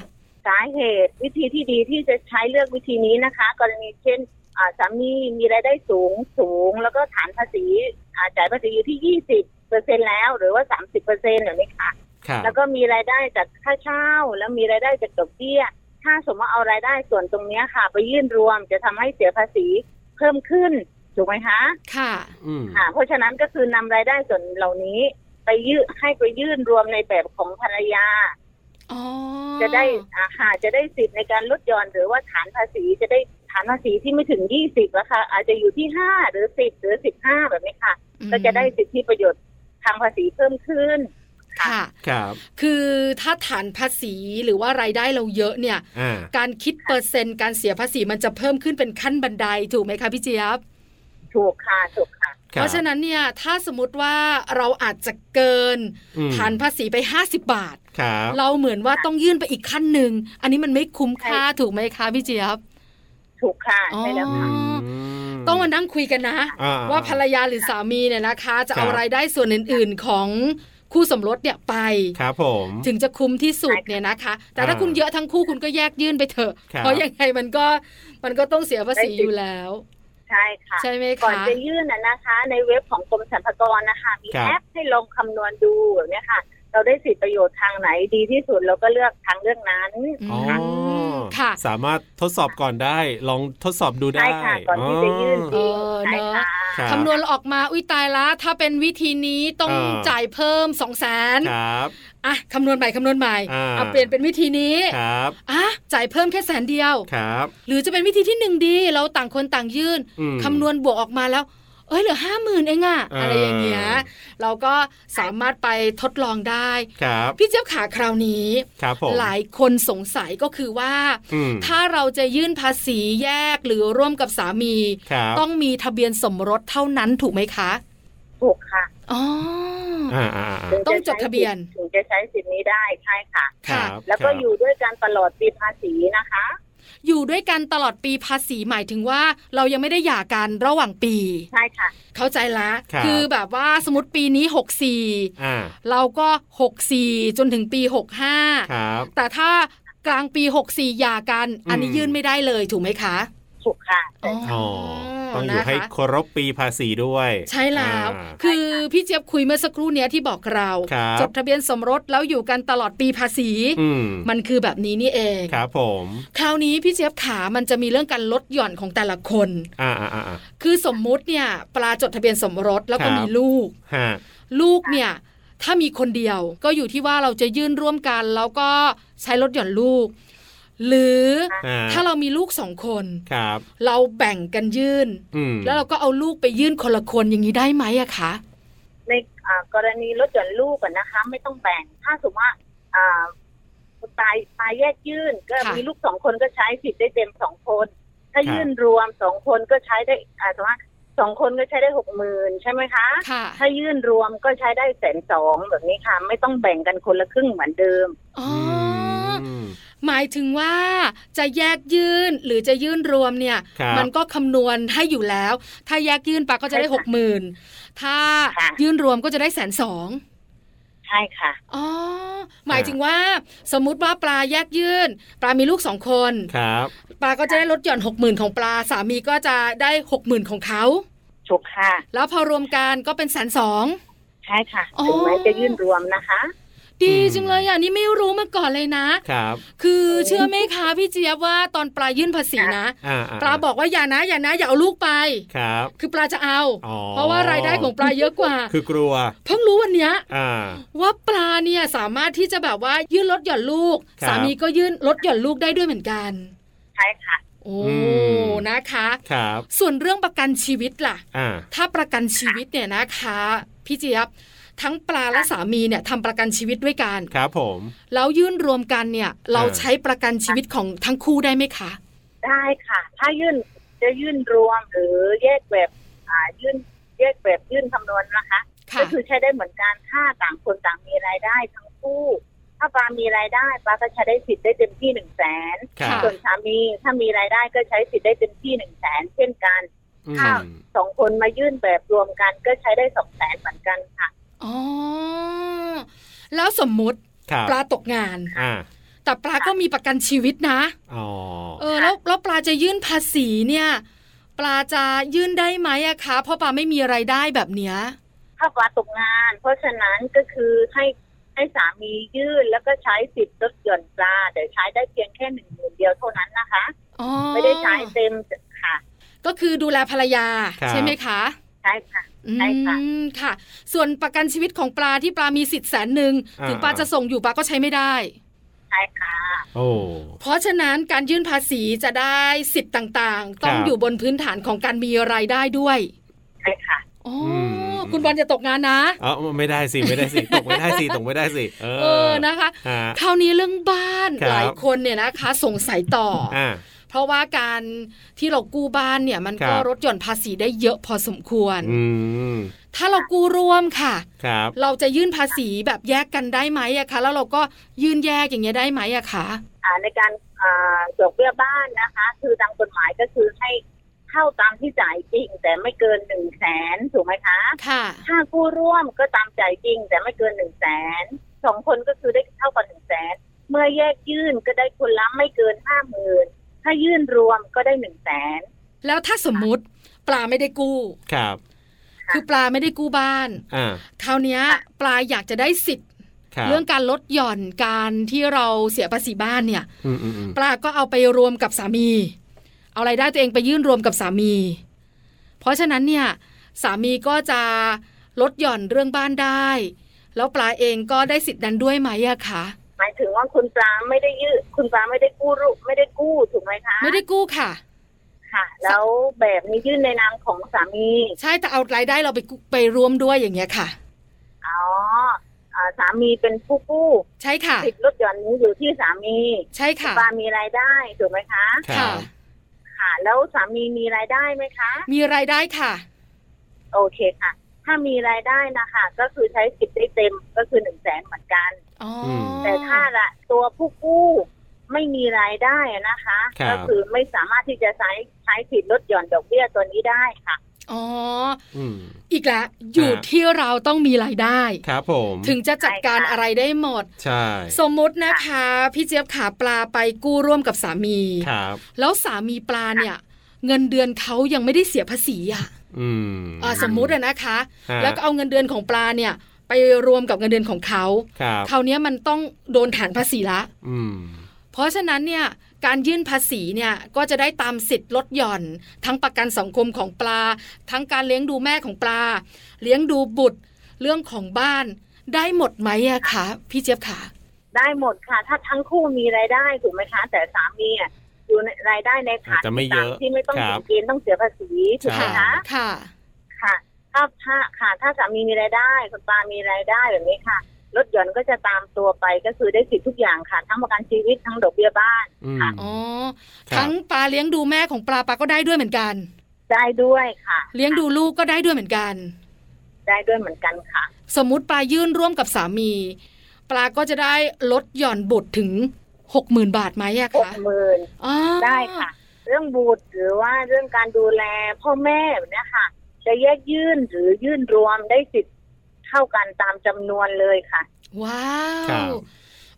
Speaker 5: สาเหตุวิธีที่ดีที่จะใช้เลือกวิธีนี้นะคะ กรณีเช่นอ่าสามีมีรายได้สูงสูง แล้วก็ฐานภาษีอ่าจ่ายภาษีอยู่ที่ 20เปอร์เซ็นแล้ว หรือว่า 30เปอร์เซ็นต์แบบนี้ค่ะ
Speaker 2: ครับ
Speaker 5: แล้วก็มีรายได้จากค่าเช่า แล้วมีรายได้จากดอกเบี้ย ถ้าสมมติว่าเอารายได้ส่วนตรงเนี้ยค่ะ ไปยื่นรวมจะทำให้เสียภาษีเพิ่มขึ้นถูกไหมคะ
Speaker 1: ค่ะ
Speaker 2: อืม
Speaker 5: อ่าเพราะฉะนั้นก็คือนำรายได้ส่วนเหล่านี้ ไปยื่นให้ไปยื่นรวมในแบบของภรรยา
Speaker 1: อ๋อ
Speaker 5: จะได้อาหาจะได้สิทธิ์ในการลดหย่อนหรือว่าฐานภาษีจะได้ฐานภาษีที่ไม่ถึง 20นะคะอาจจะอยู่ที่ 5 หรือ 10 หรือ 15 แบบนี้ค่ะ
Speaker 1: อืม
Speaker 5: ก็จะได้สิทธิประโยชน์ทางภาษีเพิ่มขึ้น
Speaker 1: ค่ะ
Speaker 2: ครับ
Speaker 1: คือถ้าฐานภาษีหรือว่ารายได้เราเยอะเนี่ย
Speaker 2: อ่า
Speaker 1: การคิดเปอร์เซ็นต์การเสียภาษีมันจะเพิ่มขึ้นเป็นขั้นบันไดถูกไหมคะพี่เจี๊ยบ
Speaker 5: ถูกค่ะ ถูกค่ะ
Speaker 1: เพราะฉะนั้นเนี่ยถ้าสมมติว่าเราอาจจะเกิน
Speaker 2: อืม
Speaker 1: ฐานภาษีไป 50 บาท
Speaker 2: ครับ
Speaker 1: เราเหมือนว่าต้องยื่นไปอีกขั้นหนึ่ง อันนี้มันไม่คุ้มค่าถูกไหมคะพี่เจี๊ยบ
Speaker 5: ถูกค่ะ
Speaker 1: อ๋อ
Speaker 5: ใช่แล้วค่ะ
Speaker 2: อืม
Speaker 1: ต้องมานั่งคุยกันนะ
Speaker 2: อ่า
Speaker 1: ว่าภรรยาหรือสามีเนี่ยนะคะ จะเอา
Speaker 2: ครับ
Speaker 1: รายได้ส่วนอื่นๆของคู่สมรสเนี่ยไป
Speaker 2: ครับผม
Speaker 1: ถึงจะคุ้มที่สุด
Speaker 5: ใช่ค่ะ
Speaker 1: เนี่ยนะคะ แต่ถ้า
Speaker 2: อ่า
Speaker 1: คุณเยอะทั้งคู่คุณก็แยกยื่นไปเถอะ
Speaker 2: ครับ
Speaker 1: เพราะยังไงมันก็มันก็ต้องเสียภาษีอยู่แล้ว
Speaker 5: ใช่ค่ะ
Speaker 1: ใช่ไหม
Speaker 5: ก่อน
Speaker 1: คะ
Speaker 5: จะยื่นน่ะนะคะ ในเว็บของกรมสรรพากรนะคะ มี
Speaker 2: ครับ
Speaker 5: แอปให้ลองคำนวณดูแบบเนี้ยค่ะ เราได้สิทธิประโยชน์ทางไหนดีที่สุดเราก็เลือกทางเลือกนั้น
Speaker 2: อ๋อ
Speaker 1: ค่ะ
Speaker 2: สามารถทดสอบก่อนได้ ลองทดสอบดูได้
Speaker 5: ใช่ค่ะก่อนที่จะยื่น
Speaker 1: อ๋อเน
Speaker 5: ใช่
Speaker 1: อะ
Speaker 2: รั
Speaker 5: ค่ะ
Speaker 2: บ
Speaker 1: คำนวณออกมาอุ้ยตายละถ้าเป็นวิธีนี้ต้อง
Speaker 2: อ่า
Speaker 1: จ่ายเพิ่ม2องแสน
Speaker 2: ครับ
Speaker 1: อ่ะคำนวณใหม่คำนวณใหม่
Speaker 2: อ่า
Speaker 1: เอาเปลี่ยนเป็นวิธีนี้
Speaker 2: ครับ
Speaker 1: อ่ะจ่ายเพิ่มแค่แสนเดียว
Speaker 2: ครับ
Speaker 1: หรือจะเป็นวิธีที่หนึ่งดี เราต่างคนต่างยื่น
Speaker 2: อืม
Speaker 1: คำนวณบวกออกมาแล้ว เอ อ้ยเหลือห้าหมื่นเองอะ
Speaker 2: เอออ
Speaker 1: อะไรอย่างเงี้ยเราก็สามารถไปทดลองได้
Speaker 2: ครับ
Speaker 1: พี่เจี๊ยบขาคราวนี้
Speaker 2: ครับผม
Speaker 1: หลายคนสงสัยก็คือว่า
Speaker 2: อืม
Speaker 1: ถ้าเราจะยื่นภาษีแยกหรือร่วมกับสามี
Speaker 2: ครับ
Speaker 1: ต้องมีทะเบียนสมรสเท่านั้นถูกไหมคะ
Speaker 5: ถูกค่ะ
Speaker 1: อ๋อ
Speaker 2: อ่าอ่าอ่า
Speaker 5: ถึ
Speaker 1: ต้องจด
Speaker 5: ใช้
Speaker 1: ทะเบียน
Speaker 5: สิทธิ์ถึงจะใช้สิทธิ์นี้ได้ใช่ค่ะ
Speaker 2: ครับ
Speaker 5: แล้วก็
Speaker 2: ครับ
Speaker 5: อยู่ด้วยกันตลอดปีภาษีนะคะ
Speaker 1: อยู่ด้วยกันตลอดปีภาษีหมายถึงว่า เรายังไม่ได้หย่ากันระหว่างปี
Speaker 5: ใช่ค่ะ
Speaker 1: เข้าใจละ
Speaker 2: ครับ
Speaker 1: อแบบว่าสมมติปีนี้ 64
Speaker 2: อ่า
Speaker 1: เราก็ 64 จนถึงปี
Speaker 2: ครับ
Speaker 1: 65 แต่ถ้ากลางปี 64หย่ากัน อันนี้
Speaker 2: อืม
Speaker 1: ยื่นไม่ได้เลยถูกไหมคะ
Speaker 5: ถูกค่ะ
Speaker 2: อ๋อต้องอยู่ให้
Speaker 1: นะคะ
Speaker 2: เคารพปีภาษีด้วย
Speaker 1: ใช่แล้ว
Speaker 2: อ่า
Speaker 1: คือพี่เจี๊ยบคุยเมื่อสักครู่เนี้ยที่บอกเรา
Speaker 2: ครับ
Speaker 1: จดทะเบียนสมรสแล้วอยู่กันตลอดปีภาษี
Speaker 2: อืม
Speaker 1: มันคือแบบนี้นี่เอง
Speaker 2: ครับผม
Speaker 1: คราวนี้พี่เจี๊ยบขามันจะมีเรื่องการลดหย่อนของแต่ละคน
Speaker 2: อ่าอ่าอ่าอ่า
Speaker 1: คือสมมุติเนี่ยปลาจดทะเบียนสมรสแล้วก็
Speaker 2: ครับ
Speaker 1: มีลูก
Speaker 2: ฮะ
Speaker 1: ลูกเนี่ยถ้ามีคนเดียวก็อยู่ที่ว่าเราจะยื่นร่วมกัน แล้วก็ใช้ลดหย่อนลูก หรือ
Speaker 2: อ่
Speaker 1: ถ้าเรามีลูกสองคน
Speaker 2: ครับ
Speaker 1: เราแบ่งกันยื่น
Speaker 2: อืม
Speaker 1: แล้วเราก็เอาลูกไปยื่นคนละคนอย่างนี้ได้ไหมอะคะ
Speaker 5: ในอ่ากรณีรถจนลูกกันนะคะ ไม่ต้องแบ่ง ถ้าสมมติว่าอ่าคุณตายตายแยกยื่น ก็
Speaker 1: ค่ะ
Speaker 5: มีลูกสองคนก็ใช้สิทธิ์ได้เต็มสองคน ถ้ายื่นรวมสองคนก็ใช้ได้อ่าสมมติว่าสองคนก็ใช้ได้หกหมื่นใช่ไหมคะ
Speaker 1: ค่ะ
Speaker 5: ถ้ายื่นรวมก็ใช้ได้แสนสองแบบนี้ค่ะ ไม่ต้องแบ่งกันคนละครึ่งเหมือนเดิม
Speaker 1: อ๋ออ
Speaker 2: อืม
Speaker 1: หมายถึงว่าจะแยกยื่นหรือจะยื่นรวมเนี่ย
Speaker 2: ครับ
Speaker 1: มันก็คำนวณให้อยู่แล้ว ถ้าแยกยื่นไปก็จะได้
Speaker 5: ใช่ค่ะ
Speaker 1: หกหมื่นถ้า
Speaker 5: ค่ะ
Speaker 1: ยื่นรวมก็จะได้แสนสอง
Speaker 5: ใช่ค่ะ
Speaker 1: อ๋อหมายถึงว่า สมมุติว่าปลาแยกยื่น ปลามีลูกสองคน
Speaker 2: ครับ
Speaker 1: ปลาก็จะได้ลดหย่อนหกหมื่นของปลาสามีก็จะได้หกหมื่นของเขา
Speaker 5: ถูกค่ะ
Speaker 1: แล้วพอรวมกันก็เป็นแสนสอง
Speaker 5: ใช่ค่ะ
Speaker 1: อ๋อ
Speaker 5: ถึงแม้จะยื่นรวมนะคะ
Speaker 1: ดี
Speaker 2: อืม
Speaker 1: จังเลยอ่ะนี่ไม่รู้มาก่อนเลยนะ
Speaker 2: ครับ
Speaker 1: คือเชื่อไหมคะพี่เจี๊ยบว่าตอนปลายื่นภาษีนะ
Speaker 2: อ่าอ่
Speaker 1: ปลาบอกว่าอย่านะอย่านะอย่าเอาลูกไป
Speaker 2: ครับ
Speaker 1: คือปลาจะเอา
Speaker 2: อ๋อ
Speaker 1: เพราะว่ารายได้ของปลาเยอะกว่า
Speaker 2: คือกลัว
Speaker 1: เพิ่งรู้วันเนี้ย
Speaker 2: อ่า
Speaker 1: ว่าปลาเนี่ยสามารถที่จะแบบว่ายื่นลดหย่อนลูก
Speaker 2: ครับ
Speaker 1: สามีก็ยื่นลดหย่อนลูกได้ด้วยเหมือนกัน
Speaker 5: ใช่ค่ะ
Speaker 1: โอ้
Speaker 2: อืม
Speaker 1: นะคะ
Speaker 2: ครับ
Speaker 1: ส่วนเรื่องประกันชีวิตล่ะ
Speaker 2: อ่า
Speaker 1: ถ้าประกันชีวิตเนี่ยนะคะพี่เจี๊ยบทั้งปลาและสามีเนี่ยทำประกันชีวิตด้วยกัน
Speaker 2: ครับผม
Speaker 1: แล้วยื่นรวมกันเนี่ย เรา
Speaker 2: เออ
Speaker 1: ใช้ประกันชีวิตของทั้งคู่ได้ไหมคะ
Speaker 5: ได้ค่ะ ถ้ายื่นจะยื่นรวมหรือแยกแบบอ่ายื่นแยกแบบยื่นคำนวณนะคะ
Speaker 1: ค่ะ
Speaker 5: ก็คือใช้ได้เหมือนกันถ้าต่างคนต่างมีรายได้ทั้งคู่ ถ้าปามีรายได้ปาก็ใช้ได้สิทธิ์ได้เต็มที่หนึ่งแสน
Speaker 2: ครับ
Speaker 1: ค่ะ
Speaker 5: ส่วนสามีถ้ามีรายได้ก็ใช้สิทธิ์ได้เต็มที่หนึ่งแสนเช่นกัน
Speaker 2: อืม
Speaker 5: ถ้าสองคนมายื่นแบบรวมกันก็ใช้ได้สองแสนเหมือนกันค่ะ
Speaker 1: อ๋อแล้วสมมุติ
Speaker 2: ครับ
Speaker 1: ปลาตกงาน
Speaker 2: อ่า
Speaker 1: แต่ปลาก็มีประกันชีวิตนะ
Speaker 2: อ๋อ
Speaker 1: เออแล้วแล้วปลาจะยื่นภาษีเนี่ย ปลาจะยื่นได้ไหมอะคะ เพราะปลาไม่มีไรายได้แบบเนี้ย
Speaker 5: ถ้าปาตกงาน เพราะฉะนั้นก็คือให้ให้สามียื่นแล้วก็ใช้สิทธิ์ลดหย่อนปลาแต่ใช้ได้เพียงแค่หนึ่งหมื่นเดียวเท่านั้นนะคะ
Speaker 1: อ๋อ
Speaker 5: ไม่ได้ใช้เต็มค่ะ
Speaker 1: ก็คือดูแลภรรยา
Speaker 2: ครับ
Speaker 1: ใช่ไหมคะ
Speaker 5: ใช่ค่ะ
Speaker 1: อื
Speaker 5: ใช่ค่ะ
Speaker 1: มค่ะ ส่วนประกันชีวิตของปลาที่ปลามีสิทธิ์แสนหนึ่ง
Speaker 2: อ่า
Speaker 1: ถึงปลาจะส่งอยู่ปลาก็ใช้ไม่ได้
Speaker 5: ใช่ค่ะ
Speaker 2: โอ้
Speaker 1: เพราะฉะนั้นการยื่นภาษีจะได้สิทธิ์ต่างๆ ต้อง
Speaker 2: ครับ
Speaker 1: อยู่บนพื้นฐานของการมีรายได้ด้วย
Speaker 5: ใช่ค่ะ
Speaker 1: อ๋อ
Speaker 2: ม
Speaker 1: คุณบอลจะตกงานนะ
Speaker 2: เออไม่ได้สิไม่ได้สิตกไม่ได้สิตกไม่ได้สิเอ
Speaker 1: เออนะคะ
Speaker 2: ฮะ
Speaker 1: คราวนี้เรื่องบ้าน
Speaker 2: ครับ
Speaker 1: หลายคนเนี่ยนะคะสงสัยต่ออ
Speaker 2: อ่า
Speaker 1: เพราะว่าการที่เรากู้บ้านเนี่ย มัน
Speaker 2: ครับ
Speaker 1: ก็ลดหย่อนภาษีได้เยอะพอสมควร
Speaker 2: อืม
Speaker 1: ถ้าเรากู้ร่วมค่ะ
Speaker 2: ครับ
Speaker 1: เราจะยื่นภาษีแบบแยกกันได้ไหมอะคะ แล้วเราก็ยื่นแยกอย่างเงี้ยได้ไหมอะคะ
Speaker 5: อ่าในการอ่าดอกเบี้ยบ้านนะคะ คือตามกฎหมายก็คือให้เท่าตามที่จ่ายจริง แต่ไม่เกินหนึ่งแสนถูกไหมคะ
Speaker 1: ค่ะ
Speaker 5: ถ้ากู้ร่วมก็ตามจ่ายจริง แต่ไม่เกินหนึ่งแสนสองคนก็คือได้เท่ากับหนึ่งแสนเมื่อแยกยื่นก็ได้คนละไม่เกินห้าหมื่นถ้ายื่นรวมก็ได้หนึ่งแสน
Speaker 1: แล้วถ้าสมมุติปลาไม่ได้กู้
Speaker 2: ครับ
Speaker 1: คือปลาไม่ได้กู้บ้าน
Speaker 2: อ่า
Speaker 1: คราวเนี้ยปลาอยากจะได้สิทธิ์
Speaker 2: ครับ
Speaker 1: เรื่องการลดหย่อนการที่เราเสียภาษีบ้านเนี่ย
Speaker 2: อืมอืมอืม
Speaker 1: ปลาก็เอาไปรวมกับสามี เอารายได้ตัวเองไปยื่นรวมกับสามี เพราะฉะนั้นเนี่ยสามีก็จะลดหย่อนเรื่องบ้านได้ แล้วปลาเองก็ได้สิทธิ์นั้นด้วยไหมอะคะ
Speaker 5: หมายถึงว่าคุณปลาไม่ได้ยื่นคุณปลาไม่ได้กู้รูไม่ได้กู้ถูกไหมคะ
Speaker 1: ไม่ได้กู้ค่ะ
Speaker 5: ค่ะ แล้วแบบนี้ยื่นในนามของสามี
Speaker 1: ใช่แต่เอารายได้เราไปกุไปรวมด้วยอย่างเงี้ยค่ะ
Speaker 5: อ๋ออ่าสามีเป็นผู้กู้
Speaker 1: ใช่ค่ะ
Speaker 5: สิทธิ์ลดหย่อนนี้อยู่ที่สามี
Speaker 1: ใช่ค่ะ
Speaker 5: ปามีรายได้ถูกไหมคะ
Speaker 2: รั
Speaker 1: ค่ะ
Speaker 2: บ
Speaker 5: ค่ะ แล้วสามีมีรายได้ไหมคะ
Speaker 1: มีรายได้ค่ะ
Speaker 5: โอเคค่ะ ถ้ามีรายได้นะคะ ก็คือใช้สิทธิ์ได้เต็มก็คือหนึ่งแสนเหมือนกัน
Speaker 1: อ๋ออ
Speaker 2: ม
Speaker 5: แต่ถ้าละตัวผู้กู้ไม่มีรายได้นะคะ
Speaker 2: ครับ
Speaker 5: ก็คือไม่สามารถที่จะใช้ใช้สิทธิ์ลดหย่อนดอกเบี้ยตัวนี้ได้ค่ะ
Speaker 1: อ๋อ
Speaker 2: อืม
Speaker 1: อีกแล้วอยู่
Speaker 2: ฮะ
Speaker 1: ที่เราต้องมีรายได้
Speaker 2: ครับผม
Speaker 1: ถึงจะจัดการ
Speaker 5: ใช่ค่ะ
Speaker 1: อะไรได้หมด
Speaker 2: ใช่
Speaker 1: สมมุตินะคะ พี่เจี๊ยบขาปลาไปกู้ร่วมกับสามี
Speaker 2: ครับ
Speaker 1: แล้วสามีปลาเนี่ย เงินเดือนเขายังไม่ได้เสียภาษีอ่ะ
Speaker 2: อืม
Speaker 1: อ่าสมมุติอะนะคะ
Speaker 2: ฮะ
Speaker 1: แล้วก็เอาเงินเดือนของปลาเนี่ย ไปรวมกับเงินเดือนของเขา
Speaker 2: ครับ
Speaker 1: คราวเนี้ยมันต้องโดนฐานภาษีละ
Speaker 2: อืม
Speaker 1: เพราะฉะนั้นเนี่ยการยื่นภาษีเนี่ยก็จะได้ตามสิทธิ์ลดหย่อน ทั้งประกันสังคมของปลา ทั้งการเลี้ยงดูแม่ของปลา เลี้ยงดูบุตร เรื่องของบ้าน ได้หมดไหมอะคะพี่เจี๊ยบขา
Speaker 5: ได้หมดค่ะ ถ้าทั้งคู่มีรายได้ถูกไหมคะ แต่สามีอ่ะอยู่ในรายได้ในฐา
Speaker 2: อาน จจะไม่
Speaker 5: ที่
Speaker 2: เย
Speaker 5: สาม
Speaker 2: อะ
Speaker 5: ที่ไม่ต้อง
Speaker 2: ครั
Speaker 5: ถึ
Speaker 2: บ
Speaker 5: งเกณฑ์ต้องเสียภาษีถูกไหม
Speaker 2: อ่า
Speaker 5: คะ
Speaker 1: ค่ะ
Speaker 5: ค่ะถ้าถ้าค่ะ ถ้าสามีมีรายได้คุณปามีรายได้แบบนี้ค่ะลดหย่อนก็จะตามตัวไปก็คือได้สิทธิ์ทุกอย่างค่ะ ทั้งประกันชีวิตทั้งดอกเบี้ยบ้าน
Speaker 2: อืม
Speaker 5: ค่ะ
Speaker 1: อ๋อ
Speaker 2: ครับ
Speaker 1: ทั้งปลาเลี้ยงดูแม่ของปลาปลาก็ได้ด้วยเหมือนกัน
Speaker 5: ได้ด้วยค่ะ
Speaker 1: เลี้ยงดูลูกก็ได้ด้วยเหมือนกัน
Speaker 5: ได้ด้วยเหมือนกันค่ะ
Speaker 1: สมมุติปลายื่นร่วมกับสามี ปลาก็จะได้ลดหย่อนบุตรถึงหกหมื่นบาทไหมอะ
Speaker 5: หก
Speaker 1: คะ
Speaker 5: หมื่น
Speaker 1: อ๋อ
Speaker 5: ได้ค่ะ เรื่องบุตรหรือว่าเรื่องการดูแลพ่อแม่แบบเนี้ยค่ะ จะแยกยื่นหรือยื่นรวมได้สิทธิ์เท่ากันตามจำนวนเลยค่ะ
Speaker 1: ว้า
Speaker 2: ครั
Speaker 1: ว
Speaker 2: บ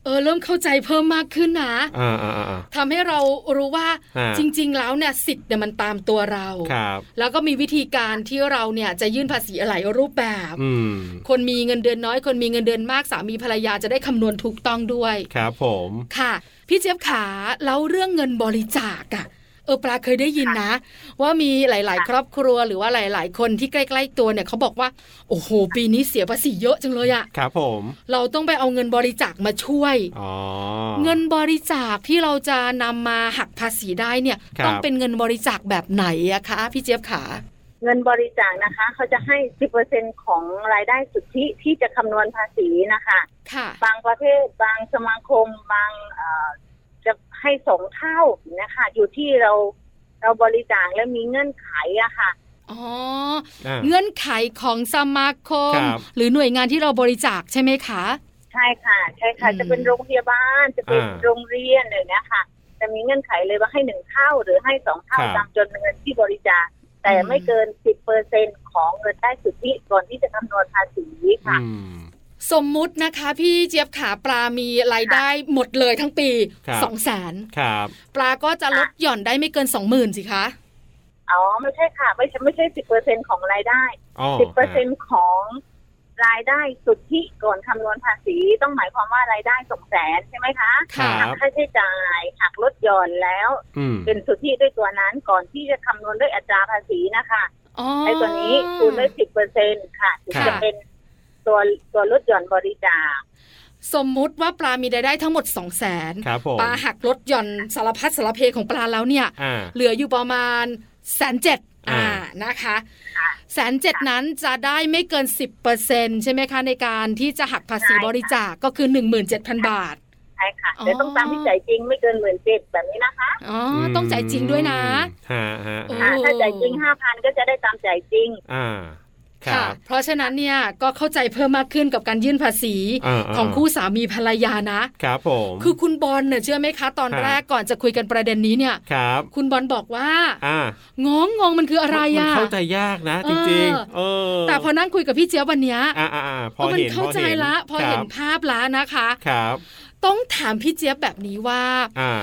Speaker 1: เออเริ่มเข้าใจเพิ่มมากขึ้นนะ
Speaker 2: อ่าอ่าอ่าอ่า
Speaker 1: ทำให้เรารู้ว่า
Speaker 2: ฮะ
Speaker 1: จริง ๆ แล้วเนี่ยสิทธิ์เนี่ยมันตามตัวเรา
Speaker 2: ครับ
Speaker 1: แล้วก็มีวิธีการที่เราเนี่ยจะยื่นภาษีหลายรูปแบบ
Speaker 2: อืม
Speaker 1: คนมีเงินเดือนน้อย คนมีเงินเดือนมากสามีภรรยาจะได้คำนวณถูกต้องด้วย
Speaker 2: ครับผม
Speaker 1: ค่ะ พี่เจี๊ยบขาแล้วเรื่องเงินบริจาคอะเออปลาเคยได้ยินนะ ว่ามีหลาย ๆ ครอบครัวหรือว่าหลาย ๆ คนที่ใกล้ ๆ ตัวเนี่ยเขาบอกว่า โอ้โห ปีนี้เสียภาษีเยอะจังเลยอะ
Speaker 2: ครับผม
Speaker 1: เราต้องไปเอาเงินบริจาคมาช่วย
Speaker 2: อ๋อ
Speaker 1: เงินบริจาคที่เราจะนำมาหักภาษีได้เนี่ย
Speaker 2: ครับ
Speaker 1: ต้องเป็นเงินบริจาคแบบไหนอะคะพี่เจี๊ยบขา
Speaker 5: เงินบริจาคนะคะ เขาจะให้สิบเปอร์เซ็นของรายได้สุทธิที่จะคำนวณภาษีนะคะ
Speaker 1: ค่ะ
Speaker 5: บางประเทศบางสมาคมบางเอ่อจะให้สองเท่านะคะ อยู่ที่เราเราบริจาคและมีเงื่อนไขอะค่ะ
Speaker 1: อ๋อ
Speaker 2: อ่า
Speaker 1: เงื่อนไขของสมาคม
Speaker 2: ครับ
Speaker 1: หรือหน่วยงานที่เราบริจาคใช่ไหมคะ
Speaker 5: ใช่ค่ะ ใช่ค่ะ
Speaker 1: อืม
Speaker 5: จะเป็นโรงพยาบาลจะเป็น
Speaker 2: อ่า
Speaker 5: โรงเรียนอะไรเลยนะคะจะมีเงื่อนไขเลยว่าให้หนึ่งเท่าหรือให้สองเท่า
Speaker 2: ครับ
Speaker 5: ตามจำนวนเงินที่บริจาคแต่ไม่เกินสิบเปอร์เซ็นของเงินได้สุทธิก่อนที่จะคำนวณภาษีค่ะ
Speaker 2: อืม
Speaker 1: สมมุตินะคะพี่เจี๊ยบขาปลามีรายได้หมดเลยทั้งปี
Speaker 2: ครับ
Speaker 1: สองแสน
Speaker 2: ครับ
Speaker 1: ปลาก็จะลดหย่อนได้ไม่เกินสองหมื่นสิคะ
Speaker 5: อ๋อไม่ใช่ค่ะ ไม่ใช่ไม่ใช่สิบเปอร์เซ็นของรายได้
Speaker 2: อ๋อ
Speaker 5: สิบเปอร์เซ็นของรายได้สุทธิก่อนคำนวณภาษีต้องหมายความว่ารายได้สองแสนใช่ไหมคะ
Speaker 2: ครั
Speaker 5: หัก
Speaker 2: บ
Speaker 5: ค่าใช้จ่ายหักลดหย่อนแล้ว
Speaker 2: อืม
Speaker 5: เป็นสุทธิด้วยตัวนั้นก่อนที่จะคำนวณด้วยอัตราภาษีนะคะ
Speaker 1: อ๋อ
Speaker 5: ไอ้ตัวนี้คูณด้วยสิบเปอร์เซ็นค่ะถึง
Speaker 2: ค่ะ
Speaker 5: จะเป็นตัวตัวลดหย่อนบริจาค
Speaker 1: สมมุติว่าปลามีรายได้ทั้งหมดสองแสน
Speaker 2: ครับผม
Speaker 1: ปลาหักลดหย่อนสารพัดสารเพของปลาแล้วเนี่ย
Speaker 2: อ่า
Speaker 1: เหลืออยู่ประมาณแสนเจ็ดอ่า
Speaker 2: อ่า
Speaker 1: นะคะแสนเจ็ดนั้นจะได้ไม่เกิน 10%ใช่ไหมคะ ในการที่จะหักภาษีบริจาคก็คือ 17,000 บาท
Speaker 5: ใช่ค่ะ
Speaker 1: อ๋อ
Speaker 5: แต่ต้องตามที่จ่ายจริงไม่เกินหมื่นเจ็ดแบบนี้นะคะ
Speaker 1: อ๋ออต้องจ่ายจริงด้วยนะ
Speaker 2: ฮะฮะ
Speaker 1: โอ้
Speaker 2: ฮะ
Speaker 5: ค่ะถ้าจ่ายจริงห้าพันก็จะได้ตามจ่ายจริง
Speaker 2: อ่า ครับ
Speaker 1: เพราะฉะนั้นเนี่ยก็เข้าใจเพิ่มมากขึ้นกับการยื่นภาษี
Speaker 2: อ่าๆ
Speaker 1: ของคู่สามีภรรยานะ
Speaker 2: ครับผม
Speaker 1: คือคุณบอลเนี่ยเชื่อไหมคะ ตอน
Speaker 2: ครับ
Speaker 1: แรกก่อนจะคุยกันประเด็นนี้เนี่ย
Speaker 2: ครับ
Speaker 1: คุณบอลบอกว่า
Speaker 2: อ่าง
Speaker 1: งงงมันคืออะไร
Speaker 2: มัน
Speaker 1: อะ
Speaker 2: เข้าใจยากนะ
Speaker 1: เออ
Speaker 2: จริงๆ เออ
Speaker 1: แต่พอนั่งคุยกับพี่เจี๊ยบวันเนี้ย
Speaker 2: อ่าอ่าอ่าพอ
Speaker 1: ก็มั
Speaker 2: เห็น
Speaker 1: เข้าใจละ พอเห็น
Speaker 2: ครับ
Speaker 1: ภาพละนะคะ
Speaker 2: ครับ
Speaker 1: ต้องถามพี่เจี๊ยบแบบนี้ว่า
Speaker 2: อ่า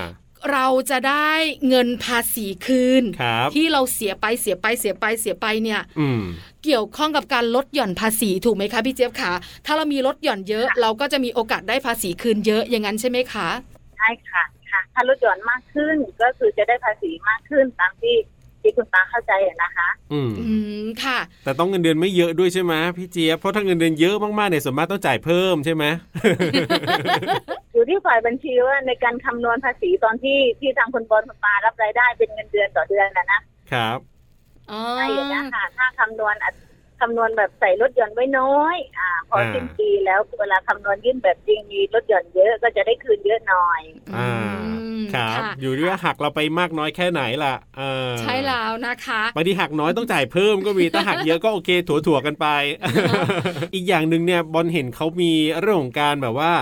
Speaker 1: เราจะได้เงินภาษีคืน
Speaker 2: ครับ
Speaker 1: ที่เราเสียไปเสียไปเสียไปเสียไปเนี่ย
Speaker 2: อืม
Speaker 1: เกี่ยวข้องกับการลดหย่อนภาษีถูกไหมคะพี่เจี๊ยบคะถ้าเรามีลดหย่อนเยอะ เราก็จะมีโอกาสได้ภาษีคืนเยอะอย่างนั้นใช่ไหมคะ
Speaker 5: ใช่ค่ะค่ะ ถ้าลดหย่อนมากขึ้นก็คือจะได้ภาษีมากขึ้นตามที่ ที่คุณปาเข้าใจอะนะคะ
Speaker 2: อืม
Speaker 1: อืมค่ะ
Speaker 2: แต่ต้องเงินเดือนไม่เยอะด้วยใช่ไหมพี่เจี๊ยบเพราะถ้าเงินเดือนเยอะมากๆเนี่ยส่วนมากต้องจ่ายเพิ่มใช่ไหม
Speaker 5: อยู่ที่ฝ่ายบัญชีว่าในการคำนวณภาษีตอนที่ที่ทางคุณบอลคุณปารับรายได้เป็นเงินเดือนต่อเดือนนะนะครับ
Speaker 1: อ๋อ
Speaker 5: ใช่อย่างนี้ยค่ะถ้าคำนวณอ่ะคำนวณแบบใส่ลดหย่อนไว้น้อยอ่าพออา สิ้นปีแล้วเวลาคำนวณยื่นแบบจริงมีลดหย่อนเยอะก็จะได้คืนเยอะหน่อย
Speaker 2: อ่าครับ อยู่ที่ว่าหักเราไปมากน้อยแค่ไหนล่ะเออ
Speaker 1: ใช่แล้วนะคะ
Speaker 2: บางทีหักน้อยต้องจ่ายเพิ่มก็มี ถ้าหักเยอะก็โอเค ถั่วๆกันไป อีกอย่างหนึ่งเนี่ยบอลเห็นเขามีเรื่องของการแบบว่า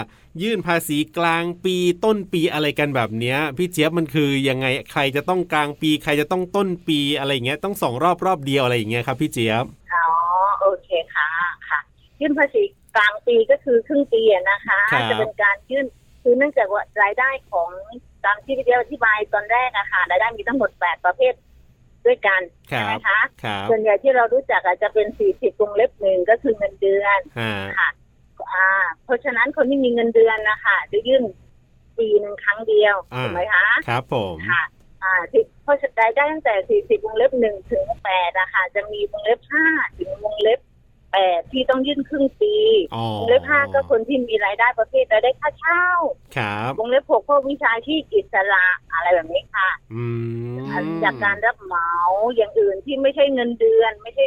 Speaker 2: ยื่นภาษีกลางปีต้นปีอะไรกันแบบเนี้ย พี่เจี๊ยบมันคือยังไงใครจะต้องกลางปี ใครจะต้องต้นปีอะไรอย่างเงี้ยต้องสองรอบรอบเดียวอะไรอย่างเงี้ยครับพี่เจี๊ยบ
Speaker 5: อ๋อโอเคค่ะค่ะ ยื่นภาษีกลางปีก็คือครึ่งปีอะนะคะ
Speaker 2: ครับ
Speaker 5: จะเป็นการยื่นคือเนื่องจากว่ารายได้ของตามที่พี่เดียวอธิบายตอนแรกอะค่ะรายได้มีทั้งหมดแปดประเภทด้วยกัน
Speaker 2: ค
Speaker 5: ใช่
Speaker 2: รั
Speaker 5: ไหม
Speaker 2: บ
Speaker 5: คะ
Speaker 2: ครับ
Speaker 5: ส่วนใหญ่ที่เรารู้จักอาจจะเป็น 40วงเล็บหนึ่งก็คือเงินเดือน
Speaker 2: อ่า
Speaker 5: ค่ะอ่า เพราะฉะนั้นคนที่มีเงินเดือนนะคะจะยื่นปีหนึ่งครั้งเดียวถูกไหมคะ
Speaker 2: ครับผม
Speaker 5: ค่ะ อ่าที่เพราะฉะนั้นได้ตั้งแต่ 40 วงเล็บ 1 ถึง 8 นะคะ จะมีวงเล็บ 5 ถึงวงเล็บ 8 ที่ต้องยื่นครึ่งปี
Speaker 2: อ๋อ
Speaker 5: วงเล็บ 5 ก็คนที่มีรายได้ประเภทรายได้ค่าเช่า
Speaker 2: ครับ
Speaker 5: วงเล็บ 6 พวกวิชาที่อิสระอะไรแบบนี้ค่ะ
Speaker 2: อืม
Speaker 5: จากการรับเหมาอย่างอื่นที่ไม่ใช่เงินเดือนไม่ใช่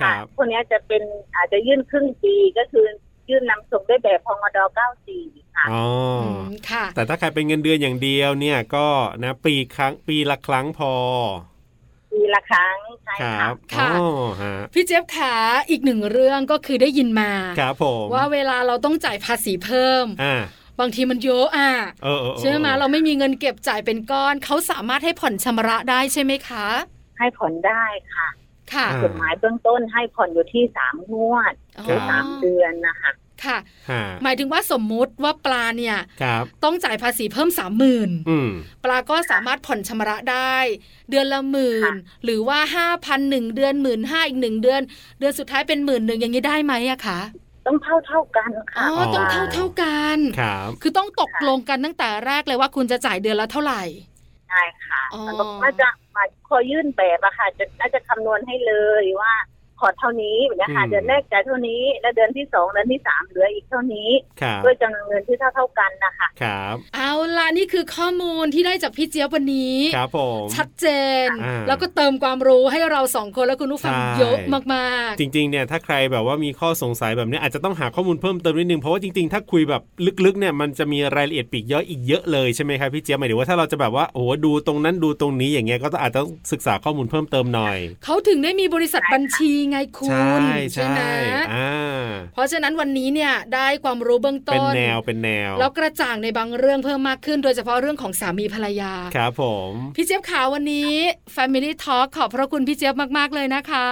Speaker 2: ครั
Speaker 5: ะ
Speaker 2: บ
Speaker 5: พวกเนี้ยจะเป็นอาจจะยื่นครึ่งปีก็คือยื่นนำส่งด้วยแบบพงด94 ค่ะ
Speaker 2: อ๋ออ
Speaker 1: มค่ะ
Speaker 2: แต่ถ้าใครเป็นเงินเดือนอย่างเดียวเนี่ยก็นะปีครั้งปีละครั้งพอ
Speaker 5: ปีละครั้งใช่
Speaker 2: ครั
Speaker 5: ค่ะ
Speaker 2: บ
Speaker 1: ค่ะ
Speaker 2: อ๋อฮะ
Speaker 1: พี่เจี๊ยบขาอีกหนึ่งเรื่องก็คือได้ยินมา
Speaker 2: ครับผม
Speaker 1: ว่าเวลาเราต้องจ่ายภาษีเพิ่ม
Speaker 2: อ่า
Speaker 1: บางทีมันเยอะอ่ะ
Speaker 2: เออเออออ
Speaker 1: ใช่ไหมเราไม่มีเงินเก็บจ่ายเป็นก้อนเขาสามารถให้ผ่อนชำระได้ใช่ไหมคะ
Speaker 5: ให้ผลได้ค่ะ
Speaker 1: ค่ะ
Speaker 2: อ่
Speaker 5: กฎหมายเบื้องต้นให้ผ่อนอยู่ที่สามงวดหรือสามเดือนนะคะ
Speaker 1: ค่ะ
Speaker 2: ฮะ
Speaker 1: หมายถึงว่าสมมุติว่าปลาเนี่ย
Speaker 2: ครับ
Speaker 1: ต้องจ่ายภาษีเพิ่มสามหมื่น
Speaker 2: อืม
Speaker 1: ปลาก็สามารถผ่อนชำระได้ เดือนละหมื่นหรือว่าห้าพันหนึ่งเดือนหมื่นห้าอีกหนึ่งเดือน เดือนสุดท้ายเป็นหมื่นหนึ่งอย่างนี้ได้ไหมอะคะ
Speaker 5: ต้องเท่าเท่าๆกัน
Speaker 1: อ๋
Speaker 5: ค่ะ
Speaker 1: อ
Speaker 2: อ
Speaker 1: ต้องเท่าเท่ากัน
Speaker 2: ครับ
Speaker 1: คือต้องตกลงกันตั้งแต่แรกเลยว่าคุณจะจ่ายเดือนละเท่าไหร่
Speaker 5: ใช่ค่ะ
Speaker 1: อ๋อ
Speaker 5: มันก็น่าจะมาคอยื่นแบบอะค่ะจะน่าจะคำนวณให้เลยว่า ขอเท่านี้นะคะ
Speaker 2: อืม
Speaker 5: เดือนแรกจ่ายเท่านี้ แล้วเดือนที่สองเดือนที่สามเหลืออีกเท่านี้
Speaker 2: ครับ
Speaker 5: ด้วยจำนวนเงินที่เท่าเท่าๆกันนะคะ
Speaker 2: ครับ
Speaker 1: เอาล่ะนี่คือข้อมูลที่ได้จากพี่เจี๊ยบวันนี้
Speaker 2: ครับผม
Speaker 1: ชัดเจน
Speaker 2: อ่า
Speaker 1: แล้วก็เติมความรู้ให้เราสองคนและคุณผู้ฟัง
Speaker 2: ใช่
Speaker 1: เยอะมาก
Speaker 2: จริงๆ เนี่ยถ้าใครแบบว่ามีข้อสงสัยแบบเนี้ยอาจจะต้องหาข้อมูลเพิ่มเติมนิดนึง เพราะว่าจริงๆ ถ้าคุยแบบลึกๆ เนี่ยมันจะมีรายละเอียดปลีกย่อยอีกเยอะเลยใช่ไหมครับพี่เจี๊ยบหมายถึงว่าถ้าเราจะแบบว่าโอ้โหดูตรงนั้นดูตรงนี้อย่างเงี้ยก็ต้องอาจจะต้องศึกษาข้อมูลเพิ่มเติมหน่อย
Speaker 1: ๆ เขาถึงได้มีบริษัทบัญชีไงคุ
Speaker 2: ใช่
Speaker 1: ณ
Speaker 2: ใช่
Speaker 1: ไหม
Speaker 2: อ่า
Speaker 1: เพราะฉะนั้นวันนี้เนี่ยได้ความรู้เบื้อง
Speaker 2: เป็น
Speaker 1: ต้น
Speaker 2: แนวเป็นแนว
Speaker 1: แล้วกระจ่างในบางเรื่องเพิ่มมากขึ้น โดยเฉพาะเรื่องของสามีภรรยา
Speaker 2: ครับผม
Speaker 1: พี่เจี๊ยบขาววันนี้ Family Talk ขอบพระคุณพี่เจี๊ยบมากๆเลยนะคะ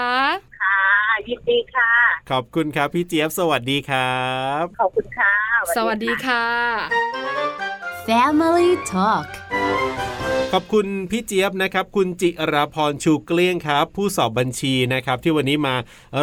Speaker 5: ค่ะ ยินดีค่ะ
Speaker 2: ขอบคุณครับพี่เจี๊ยบสวัสดีครับ
Speaker 5: ขอบคุณค่ะ
Speaker 1: สวัสดีค่ะ
Speaker 4: Family Talk
Speaker 2: ขอบคุณพี่เจี๊ยบนะครับ คุณจิราพรชูเกลี้ยงครับ ผู้สอบบัญชีนะครับ ที่วันนี้มา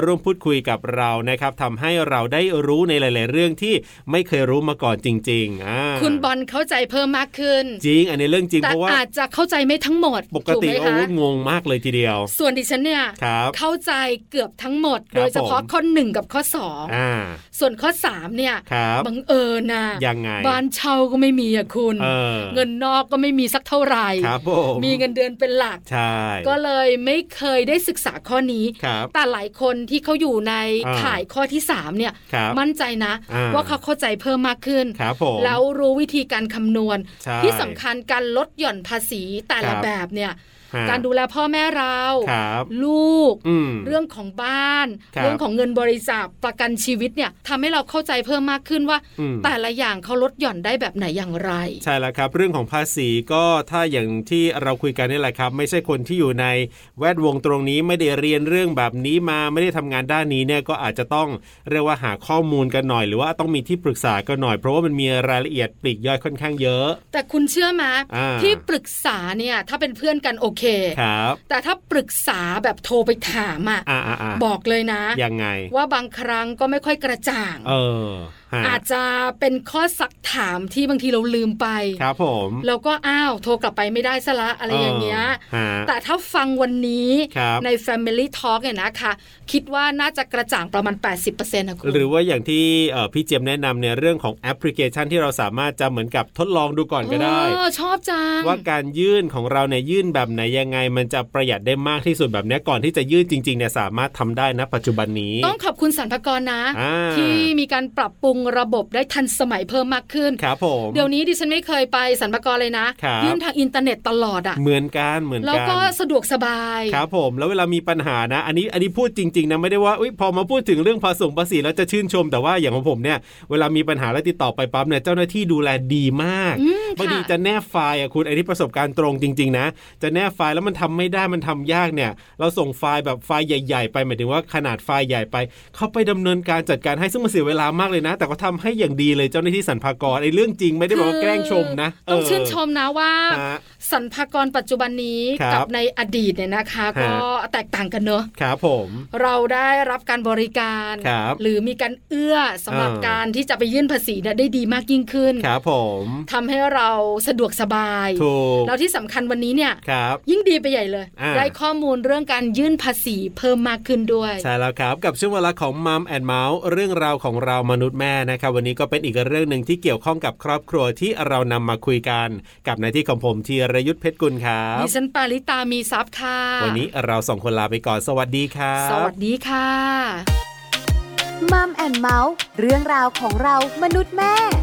Speaker 2: ร่วมพูดคุยกับเรานะครับทำให้เราได้รู้ในหลาย ๆ เรื่องที่ไม่เคยรู้มาก่อนจริงๆอ่า
Speaker 1: คุณบอลเข้าใจเพิ่มมากขึ้น
Speaker 2: จริง อันนี้เรื่องจริง
Speaker 1: แต่
Speaker 2: เพราะว่า
Speaker 1: อาจจะเข้าใจไม่ทั้งหมด
Speaker 2: ปกติ
Speaker 1: ถูไหม
Speaker 2: โอ้
Speaker 1: คะ
Speaker 2: โหงงมากเลยทีเดียว
Speaker 1: ส่วนดิฉันเนี่ย
Speaker 2: ครับ
Speaker 1: เข้าใจเกือบทั้งหมด
Speaker 2: ครับ
Speaker 1: โดยเฉพาะข้อ 1 กับข้อ 2
Speaker 2: อ่า
Speaker 1: ส่วนข้อ 3 เนี่ย
Speaker 2: ครับ
Speaker 1: บังเอิญนะ
Speaker 2: ยังไง
Speaker 1: บ้านเช่าก็ไม่มีอะคุณ
Speaker 2: เออ
Speaker 1: เงินนอกก็ไม่มีสักเท่าไหร่
Speaker 2: ครับผม
Speaker 1: มีเงินเดือนเป็นหลัก
Speaker 2: ใช่
Speaker 1: ก็เลยไม่เคยได้ศึกษาข้อนี้
Speaker 2: ครับ
Speaker 1: แต่หลายคนที่เขาอยู่ใน
Speaker 2: อ่า
Speaker 1: ข่ายข้อที่ 3 เนี่ย
Speaker 2: ครับ
Speaker 1: มั่นใจนะ
Speaker 2: อ่า
Speaker 1: ว่าเขาเข้าใจเพิ่มมากขึ้น
Speaker 2: ครับผม
Speaker 1: แล้วรู้วิธีการคำนวณ
Speaker 2: ใช่
Speaker 1: ที่สำคัญการลดหย่อนภาษีแต่ละ
Speaker 2: ครับ
Speaker 1: แบบเนี่ย
Speaker 2: ฮะ
Speaker 1: การดูแลพ่อแม่เรา
Speaker 2: ครับ
Speaker 1: ลูก
Speaker 2: อืม
Speaker 1: เรื่องของบ้าน
Speaker 2: ครับ
Speaker 1: เรื่องของเงินบริจาคประกันชีวิตเนี่ยทำให้เราเข้าใจเพิ่มมากขึ้นว่า
Speaker 2: อืม
Speaker 1: แต่ละอย่างเขาลดหย่อนได้แบบไหนอย่างไร
Speaker 2: ใช่แล้วครับเรื่องของภาษีก็ถ้าอย่างที่เราคุยกันนี่แหละครับ ไม่ใช่คนที่อยู่ในแวดวงตรงนี้ไม่ได้เรียนเรื่องแบบนี้มาไม่ได้ทำงานด้านนี้เนี่ยก็อาจจะต้องเรียกว่าหาข้อมูลกันหน่อย หรือว่าต้องมีที่ปรึกษากันหน่อย เพราะว่ามันมีรายละเอียดปลีกย่อยค่อนข้างเยอะ
Speaker 1: แต่คุณเชื่อไหม
Speaker 2: อ่า
Speaker 1: ที่ปรึกษาเนี่ยถ้าเป็นเพื่อนกันโอเค
Speaker 2: ครับ
Speaker 1: แต่ถ้าปรึกษาแบบโทรไปถามอะ
Speaker 2: อ่าอ่าอ่า
Speaker 1: บอกเลยนะ
Speaker 2: ยังไง
Speaker 1: ว่าบางครั้งก็ไม่ค่อยกระจ่าง
Speaker 2: เออ ฮะ
Speaker 1: อาจจะเป็นข้อสักถามที่บางทีเราลืมไป
Speaker 2: ครับผม
Speaker 1: เราก็อ้าวโทรกลับไปไม่ได้ซะละอะไรอย่างเงี้ย
Speaker 2: ออฮะ
Speaker 1: แต่ถ้าฟังวันนี้
Speaker 2: ครับ
Speaker 1: ใน Family Talk เนี่ยนะคะ คิดว่าน่าจะกระจ่างประมาณ 80%นะคุณ
Speaker 2: หรือว่าอย่างที่เอ่อพี่เจมส์แนะนำในเรื่องของแอปพลิเคชันที่เราสามารถจะเหมือนกับทดลองดูก่อนก็ได้
Speaker 1: เออชอบจัง
Speaker 2: ว่าการยื่นของเราเนี่ยยื่นแบบไหนยังไง มันจะประหยัดได้มากที่สุดแบบเนี้ยก่อนที่จะยื่นจริงๆเนี่ยสามารถทำได้นะปัจจุบันนี้
Speaker 1: ต้องขอบคุณสรรพากรนะ
Speaker 2: อ่า
Speaker 1: ที่มีการปรับปรุงระบบได้ทันสมัยเพิ่มมากขึ้น
Speaker 2: ครับผม
Speaker 1: เดี๋ยวนี้ดิฉันไม่เคยไปสรรพากรเลยนะ
Speaker 2: ครับ
Speaker 1: ยื่นทางอินเทอร์เน็ตตลอดอะ
Speaker 2: เหมือนกันเหมือน
Speaker 1: แล้ว
Speaker 2: กั
Speaker 1: ก็
Speaker 2: น
Speaker 1: สะดวกสบาย
Speaker 2: ครับผมแล้วเวลามีปัญหานะ อันนี้อันนี้พูดจริงๆนะไม่ได้ว่าอุยพอมาพูดถึงเรื่องภาษีแล้วจะชื่นชม แต่ว่าอย่างของผมเนี่ยเวลามีปัญหาแล้วติดต่อไปปั๊บเนี่ยเจ้าหน้าที่ดูแลดีมาก
Speaker 1: อืม
Speaker 2: บางที
Speaker 1: ค่ะ
Speaker 2: จะแนบไฟล์อ่ะคุณอันนี้ประสบการณ์ตรงจริง ๆ นะ จะแนบไฟล์แล้วมันทำไม่ได้มันทำยากเนี่ย เราส่งไฟล์แบบไฟล์ใหญ่ ๆ ไปหมายถึงว่าขนาดไฟล์ใหญ่ไป เข้าไปดำเนินการจัดการให้ซึ่งมันเสียเวลามากเลยนะ แต่ก็ทำให้อย่างดีเลยเจ้าหน้าที่สรรพากรไอ้เรื่องจริงไม่ได้บอกว่าแกล้งชมนะ
Speaker 1: คือต้อง
Speaker 2: เ
Speaker 1: ชื่นชมนะว่า
Speaker 2: ฮะ
Speaker 1: สรรพากรปัจจุบันนี้
Speaker 2: ครับ
Speaker 1: กัในอดีตเนี่ยนะคะ
Speaker 2: ฮะ
Speaker 1: ก็แตกต่างกันเนอะ
Speaker 2: ครับผม
Speaker 1: เราได้รับการบริการ
Speaker 2: ครับ
Speaker 1: หรือมีการเอื้อสำหรับ
Speaker 2: อ่า
Speaker 1: การที่จะไปยื่นภาษีเนี่ยได้ดีมากยิ่งขึ้น
Speaker 2: ครับผม
Speaker 1: ทำให้เราสะดวกสบาย
Speaker 2: ถูก
Speaker 1: แล้วที่สำคัญวันนี้เนี่ย
Speaker 2: ครับ
Speaker 1: ยิ่งดีไปใหญ่เลย
Speaker 2: อ่า
Speaker 1: ได้ข้อมูลเรื่องการยื่นภาษีเพิ่มมากขึ้นด้วย
Speaker 2: ใช่แล้วครับกับช่วงเวลาของมัมแอนเมาส์เรื่องราวของเรามนุษย์แม่นะครับวันนี้ก็เป็นอีกเรื่องหนึ่งที่เกี่ยวข้องกับครอบครัวที่เรานำมาคุยกัน กับหนายที่ของผมธีรยุทธเพชรกุลครับ
Speaker 1: ดิฉันปาริตามีซับค่ะ
Speaker 2: วันนี้เราสองคนลาไปก่อนสวัสดีครับ
Speaker 1: สวัสดีค่ะ
Speaker 4: มัมแอนเมาส์เรื่องราวของเรามนุษย์แม่